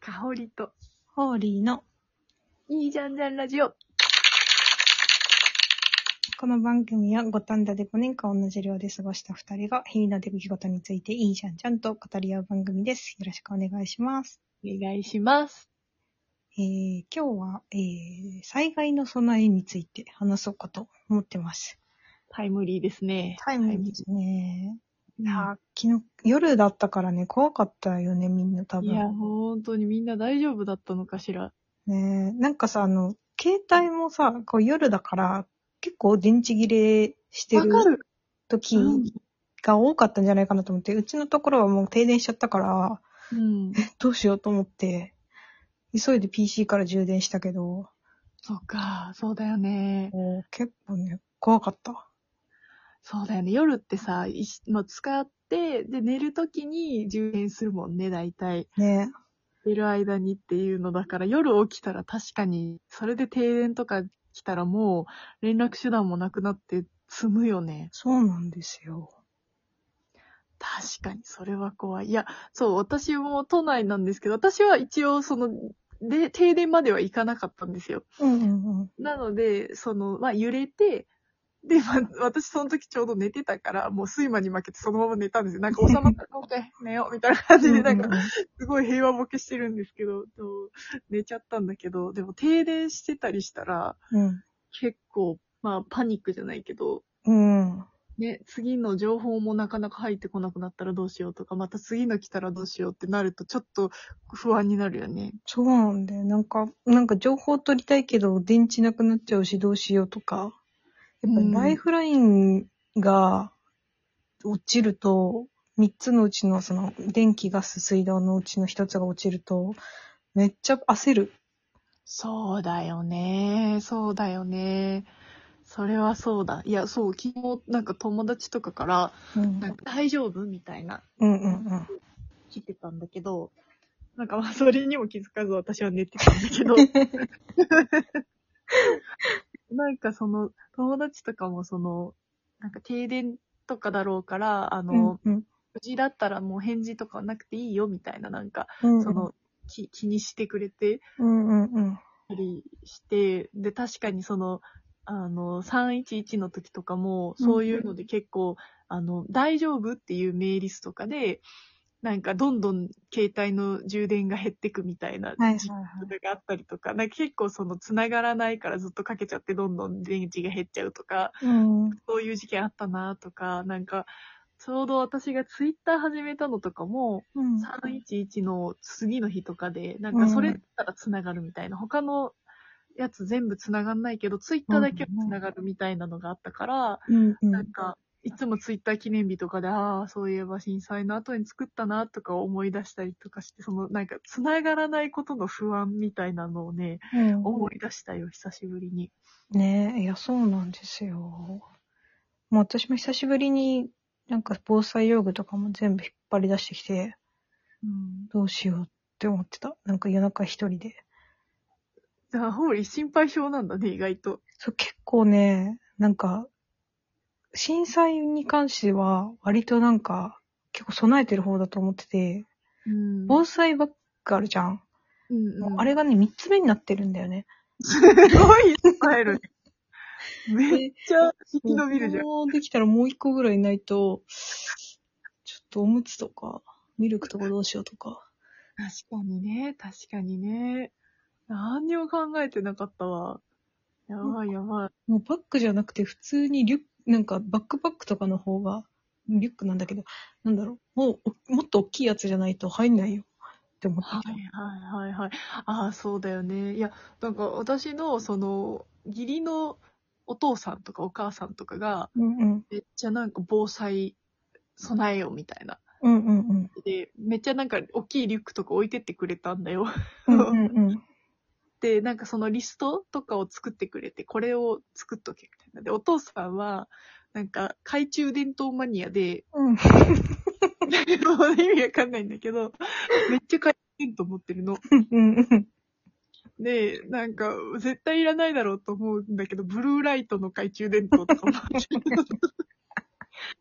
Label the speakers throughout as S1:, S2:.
S1: かほりと、
S2: ホーリーの、
S1: いいじゃんじゃんラジオ。
S2: この番組は五反田で5年間同じ寮で過ごした2人が日々の出来事についていいじゃんちゃんと語り合う番組です。よろしくお願いします。
S1: お願いします。
S2: えー、今日は、えー、災害の備えについて話そうかと思ってます。
S1: タイムリーですね。
S2: タイムリーですね。い
S1: タイ
S2: やー昨日、夜だったからね、怖かったよね、みんな多
S1: ムリー。いや、
S2: 分。
S1: 本当にみんな大丈夫だったのかしら。
S2: ねーなんかさ、あの、携帯もさ、こう夜だから、結構電池切れして
S1: わ
S2: る
S1: かる。
S2: 時、
S1: うん
S2: が多かったんじゃないかなと思って、うちのところはもう停電しちゃったから、
S1: うん。
S2: どうしようと思って、急いで PC から充電したけど、
S1: そっか、そうだよね。
S2: もう結構ね、怖かった。
S1: そうだよね。夜ってさ、いしまあ、使って、で、寝るときに充電するもんね、大体。
S2: ね。
S1: 寝る間にっていうのだから、夜起きたら確かに、それで停電とか来たらもう、連絡手段もなくなって、済むよね。
S2: そうなんですよ。
S1: 確かに、それは怖い。いや、そう、私も都内なんですけど、私は一応、その、で、停電までは行かなかったんですよ。
S2: うんうんうん。
S1: なので、その、まあ、揺れて、で、まあ、私その時ちょうど寝てたから、もう睡魔に負けてそのまま寝たんですよ。なんか収ま ったら OK、寝よう、みたいな感じで、なんか、すごい平和ボケしてるんですけど、そう寝ちゃったんだけど、でも停電してたりしたら、
S2: うん。
S1: 結構、まあ、パニックじゃないけど、
S2: うん。
S1: ね、次の情報もなかなか入ってこなくなったらどうしようとか、また次の来たらどうしようってなると、ちょっと不安になるよね。
S2: そうなんだよ。なんか、なんか情報取りたいけど、電池なくなっちゃうし、どうしようとか。やっぱ
S1: うん
S2: りライフラインが落ちると、3つのうちの、その、電気、ガス、水道のうちの1つが落ちると、めっちゃ焦る。
S1: そうだよね。そうだよね。それはそうだ。いや、そう、昨日なんか友達とかから、
S2: うん
S1: なんか大丈夫みたいな、
S2: うんうん
S1: 来てたんだけど、なんかまあ、それにも気づかず私は寝てたんだけ ど、なんかその、友達とかもその、なんか停電とかだろうから、あ
S2: う
S1: の、
S2: ん。うん
S1: 無事だったらもう返事とかなくていいよみたいな、なんか、
S2: うん。
S1: その、き気にしてくれて
S2: うんうんうん。
S1: たりして、で、確かにその、あの、311の時とかも、
S2: うん
S1: そういうので結構、あの、大丈夫っていうメーリストとかで、なんかどんどん携帯の充電が減ってくみたいな、
S2: はいはい
S1: 時
S2: はい。
S1: 間があったりとか、なんか結構その、繋がらないからずっとかけちゃってどんどん電池が減っちゃうとか、
S2: うん。
S1: そういう事件あったなとか、なんか、ちょうど私がツイッター始めたのとかも、
S2: うん。
S1: 311の次の日とかで、なんかそれだったら繋がるみたいな、他のやつ全部繋がんないけど、ツイッターだけは繋がるみたいなのがあったから、
S2: うんう
S1: なん
S2: ん。
S1: か、いつもツイッター記念日とかで、ああ、そういえば震災の後に作ったなとか思い出したりとかして、そのなんか繋がらないことの不安みたいなのをね、
S2: うん
S1: 思い出したよ、久しぶりに。
S2: ねえ、いや、そうなんですよ。もう私も久しぶりに、なんか防災用具とかも全部引っ張り出してきて、
S1: うん。
S2: どうしようって思ってた。なんか夜中一人で。
S1: じゃあ、ホーリー心配性なんだね、意外と。
S2: そう、結構ね、なんか、震災に関しては、割となんか、結構備えてる方だと思ってて、
S1: うん
S2: 防災バッグあるじゃん。
S1: うん
S2: も
S1: う、
S2: うんあれがね、三つ目になってるんだよね。
S1: すごいスタイル。めっちゃ引き延びるじゃん。
S2: もうできたらもう一個ぐらいないと、ちょっとおむつとか、ミルクとかどうしようとか。
S1: 確かにね、確かにね。何にも考えてなかったわ。やばいやばい。
S2: もうバッグじゃなくて普通にリュック、なんかバックパックとかの方が、リュックなんだけど、なんだろう、もうお、もっと大きいやつじゃないと入んないよって思
S1: は
S2: っ
S1: い
S2: てた。
S1: はいはいはい。ああ、そうだよね。いや、なんか私の、その、義理のお父さんとかお母さんとかが、
S2: うんうん。
S1: めっちゃなんか防災備えようみたいな。
S2: うんうんうん。
S1: で、めっちゃなんか大きいリュックとか置いてってくれたんだよ。
S2: うんうんうん。
S1: で、なんかそのリストとかを作ってくれて、これを作っとけみたいな。で、お父さんは、なんか、懐中電灯マニアで、
S2: う
S1: も
S2: ん。
S1: う意味わかんないんだけど、めっちゃ懐中電灯持ってるの。
S2: うんうん。
S1: で、なんか、絶対いらないだろうと思うんだけど、ブルーライトの懐中電灯とかもある。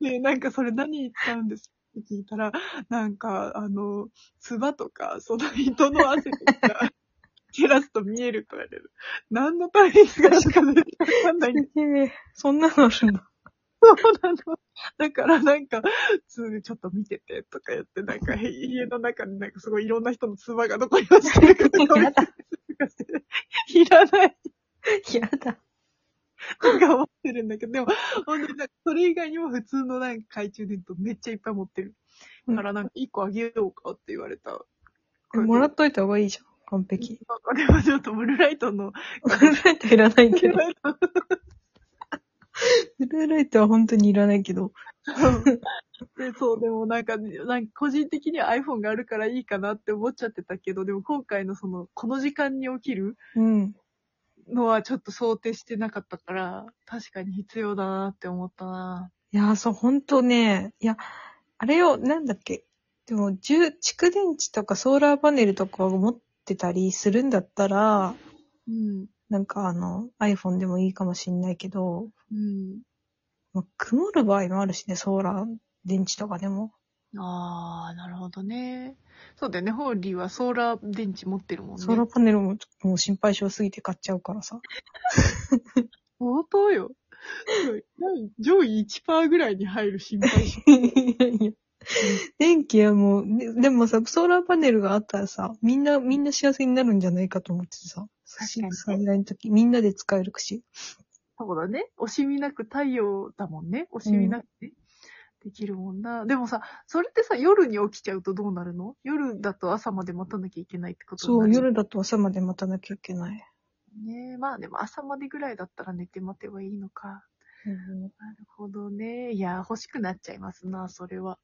S1: で、なんかそれ何に使うんですって聞いたら、なんか、あの、唾とか、その人の汗とか、照らすと見えるとか言われる。何の対立がしか出てわかんないんだ
S2: すげえそんなのあるんだ。
S1: そうなの。だからなんか、普通にちょっと見ててとか言って、なんかへ家の中になんかすごいいろんな人の唾が残りましてるから、そういう
S2: やだ
S1: とかして、いらない
S2: やだ。
S1: とか思ってるんだけど、でも、本当になんかそれ以外にも普通のなんか懐中電灯めっちゃいっぱい持ってる。だからなんか一個あげようかって言われた。
S2: もら
S1: っ
S2: っといた方がいいじゃん。完璧。
S1: た。でもちょっとブルーライトの、
S2: ブルーライトいらない
S1: ブ
S2: け
S1: ル
S2: ど
S1: ー。ライト
S2: ブルーライトは本当にいらないけど。
S1: で、そう、でもなんか、なんか個人的には iPhone があるからいいかなって思っちゃってたけど、でも今回のその、この時間に起きる
S2: うん。
S1: のはちょっと想定してなかったから、確かに必要だなって思ったない
S2: やー、そう、本当ね。いや、あれを、なんだっけ。でも、充蓄電池とかソーラーパネルとかを持ってたりするんだったら、
S1: うん。
S2: なんかあの、iPhone でもいいかもしんないけど、
S1: うん。
S2: まあ、曇る場合もあるしね、ソーラー電池とかでも。
S1: あー、なるほどね。そうだよね、ホーリーはソーラー電池持ってるもんね。
S2: ソーラーパネルもちょっともう心配性すぎて買っちゃうか らさ。
S1: 相当よ。すごいなん 上位1%ぐらいに入る心配し。
S2: いやいや電気はもう、ででもさ、ソーラーパネルがあったらさ、みんな、みんな幸せになるんじゃないかと思ってさ、
S1: 確かに
S2: 災害の時、みんなで使えるし。
S1: そうだね。惜しみなく太陽だもんね。惜しみなくね。できるもんな。でもさ、それってさ、夜に起きちゃうとどうなるの夜だと朝まで待たなきゃいけないってことに
S2: そ
S1: な
S2: う、
S1: る。
S2: 夜だと朝まで待たなきゃいけない。
S1: ね。まあでも朝までぐらいだったら寝て待てばいいのか。なるほどね。いや、欲しくなっちゃいますな、それは。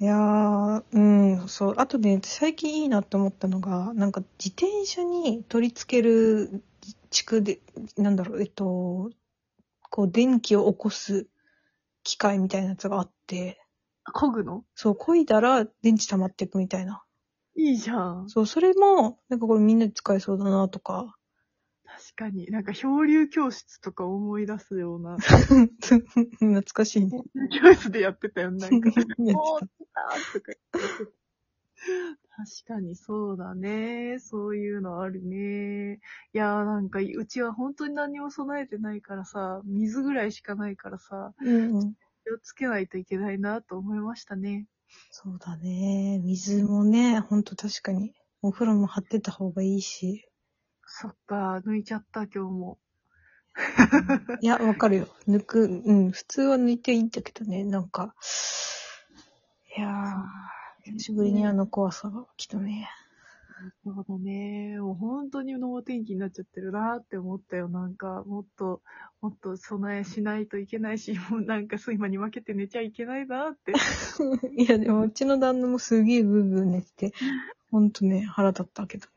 S2: いやー、うん、そう。あとね、最近いいなって思ったのが、なんか自転車に取り付ける地区で、なんだろう、えっと、こう電気を起こす機械みたいなやつがあって、
S1: 漕ぐの
S2: そう、漕いだら電池溜まっていくみたいな。
S1: いいじゃん。
S2: そう、それも、なんかこれみんなで使えそうだなとか。
S1: 確 かに。なんか漂流教室とか思い出すよう な。
S2: 懐かしいね。
S1: 教室でやってたよね。なん か
S2: や
S1: もう
S2: つ
S1: 来たと
S2: だ
S1: か言ってて確かにそうだね。そういうのあるね。いやーなんか、うちは本当に何も備えてないからさ、水ぐらいしかないからさ、
S2: うんうん。
S1: 気をつけないといけないなと思いましたね。
S2: そうだね。水もね、ほんと確かに。お風呂も張ってた方がいいし。
S1: そっか、抜いちゃった今日も。
S2: いや、わかるよ。抜く、うん、普通は抜いていいんだけどね、なんか。いやー、久しぶりにあの怖さが来たね。
S1: そうだね。もう本当に能天気になっちゃってるなって思ったよ。なんか、もっと、もっと備えしないといけないし、 もうなんか睡魔に負けて寝ちゃいけないなって。
S2: いや、でもうちの旦那もすげえブーブー寝てて、ほんとね、腹立ったけどね。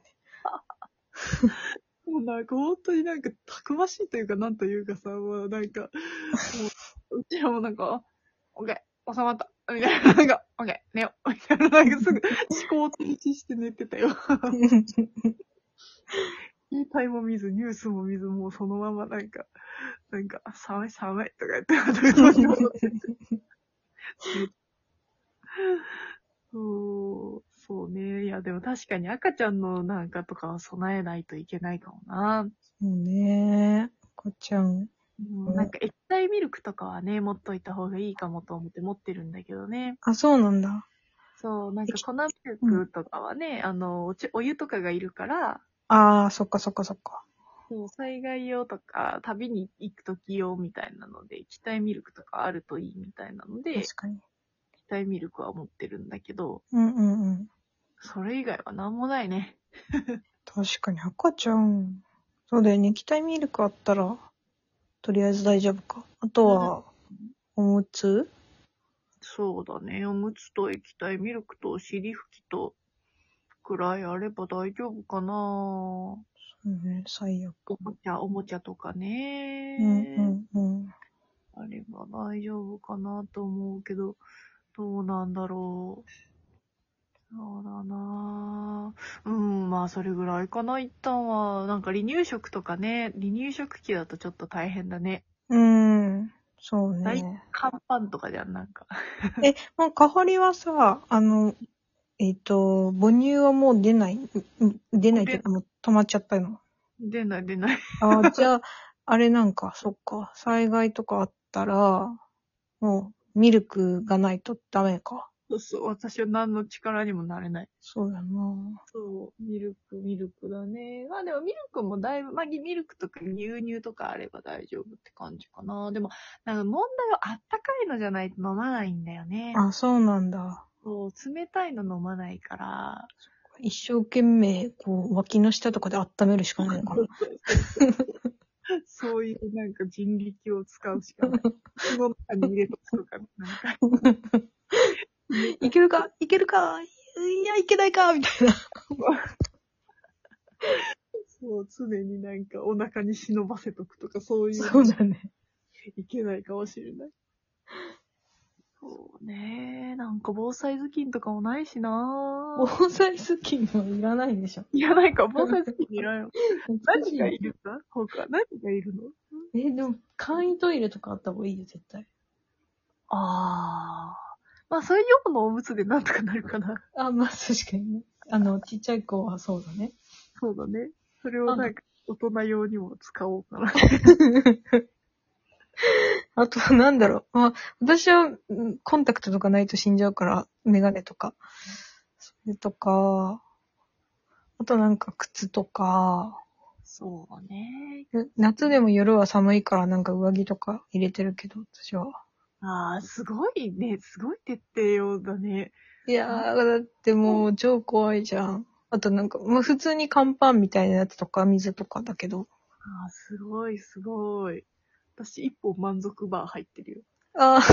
S1: もうなんか本当になんかたくましいというかなんというかさ、もうなんか、もう、うちらもなんか、オッケー、収まった、みたいな、なんか、オッケー、寝よう、みたいな、なんかすぐ思考停止して寝てたよ。携帯も見ず、ニュースも見ず、もうそのままなんか、なんか、寒い寒いとか言って、どうしようそう、そうね。いや、でも確かに赤ちゃんのなんかとかは備えないといけないかもな。
S2: もうね、こっちゃん。
S1: うんなんか液体ミルクとかはね、持っといた方がいいかもと思って持ってるんだけどね。
S2: あ、そうなんだ。
S1: そう、なんか
S2: 液
S1: 粉ミルクとかはね、あの、おちお湯とかがいるから、
S2: あー、そっかそっかそっか。
S1: そう、災害用とか、旅に行くとき用みたいなので、液体ミルクとかあるといいみたいなので、液
S2: 確かに。
S1: 体ミルクは持ってるんだけど、
S2: うんうんうん。
S1: それ以外はなんもないね。
S2: 確かに赤ちゃん。そうだよね。液体ミルクあったら、とりあえず大丈夫か。あとは、おむつ
S1: そうだね。おむつと液体ミルクと尻拭きと、くらいあれば大丈夫かなお
S2: うんね、最悪。
S1: もちゃ、おもちゃとかね。
S2: うんうんうん。
S1: あれば大丈夫かなと思うけど、どうなんだろう。そうだなぁ。うん、まあそれぐらいかな、一旦は。なんか離乳食とかね、離乳食期だとちょっと大変だね。
S2: うん。そう
S1: 大
S2: ね。
S1: 乾パンとかじゃん、なんか。
S2: え、もう、かほりはさ、あの、えっ、と、母乳はもう出ない、うん出ないっていうか、もう止まっちゃったの。
S1: 出ない出ない。
S2: ああ、じゃあ、あれなんか、そっか、災害とかあったら、もう、ミルクがないとダメか。
S1: そうそう、私は何の力にもなれない。
S2: そうだな
S1: そう、ミルク、ミルクだね。まあでもミルクもだいぶ、まあミルクとか牛乳とかあれば大丈夫って感じかな。でも、なんか問題はあったかいのじゃないと飲まないんだよね。
S2: あ、そうなんだ。
S1: そう、冷たいの飲まないから。
S2: 一生懸命、こう、脇の下とかで温めるしかないのかな。
S1: そういうなんか人力を使うしかない。口の中に入れとくとか、なんか。
S2: いけるかいけるかいや、いけないかみたいな。
S1: そう、常になんかお腹に忍ばせとくとか、そういう。
S2: そうだ ね。
S1: いけないかもしれない。そうね。なんか防災頭巾とかもないしな
S2: 防災スキンはいらないでしょ。
S1: いや、ないか、防災頭巾いらん よ。
S2: 懐か
S1: 何
S2: しい
S1: が
S2: ない
S1: るか他、何がいるの
S2: え、でも、簡易トイレとかあった方がいいよ、絶対。
S1: ああ。まあ、それ用のおむつでなんとかなるかな。
S2: あ、まあ、確かにね。あの、ちっちゃい子はそうだね。
S1: そうだね。それをなんか、大人用にも使おうかな。
S2: あと、なんだろう。まあ、私は、うんコンタクトとかないと死んじゃうから、メガネとか。それとか、あとなんか靴とか、
S1: そうだね。
S2: え夏でも夜は寒いからなんか上着とか入れてるけど、私は。
S1: ああ、すごいね。すごい徹底用だね。
S2: いやー、だってもう超怖いじゃん。あとなんか、もう普通に乾パンみたいなやつとか水とかだけど。
S1: ああ、すごい、すごい。私、一本満足バー入ってる よ。
S2: あ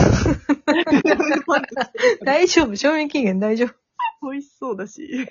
S2: ー、大丈夫、賞味期限大丈夫。
S1: 美味しそうだし。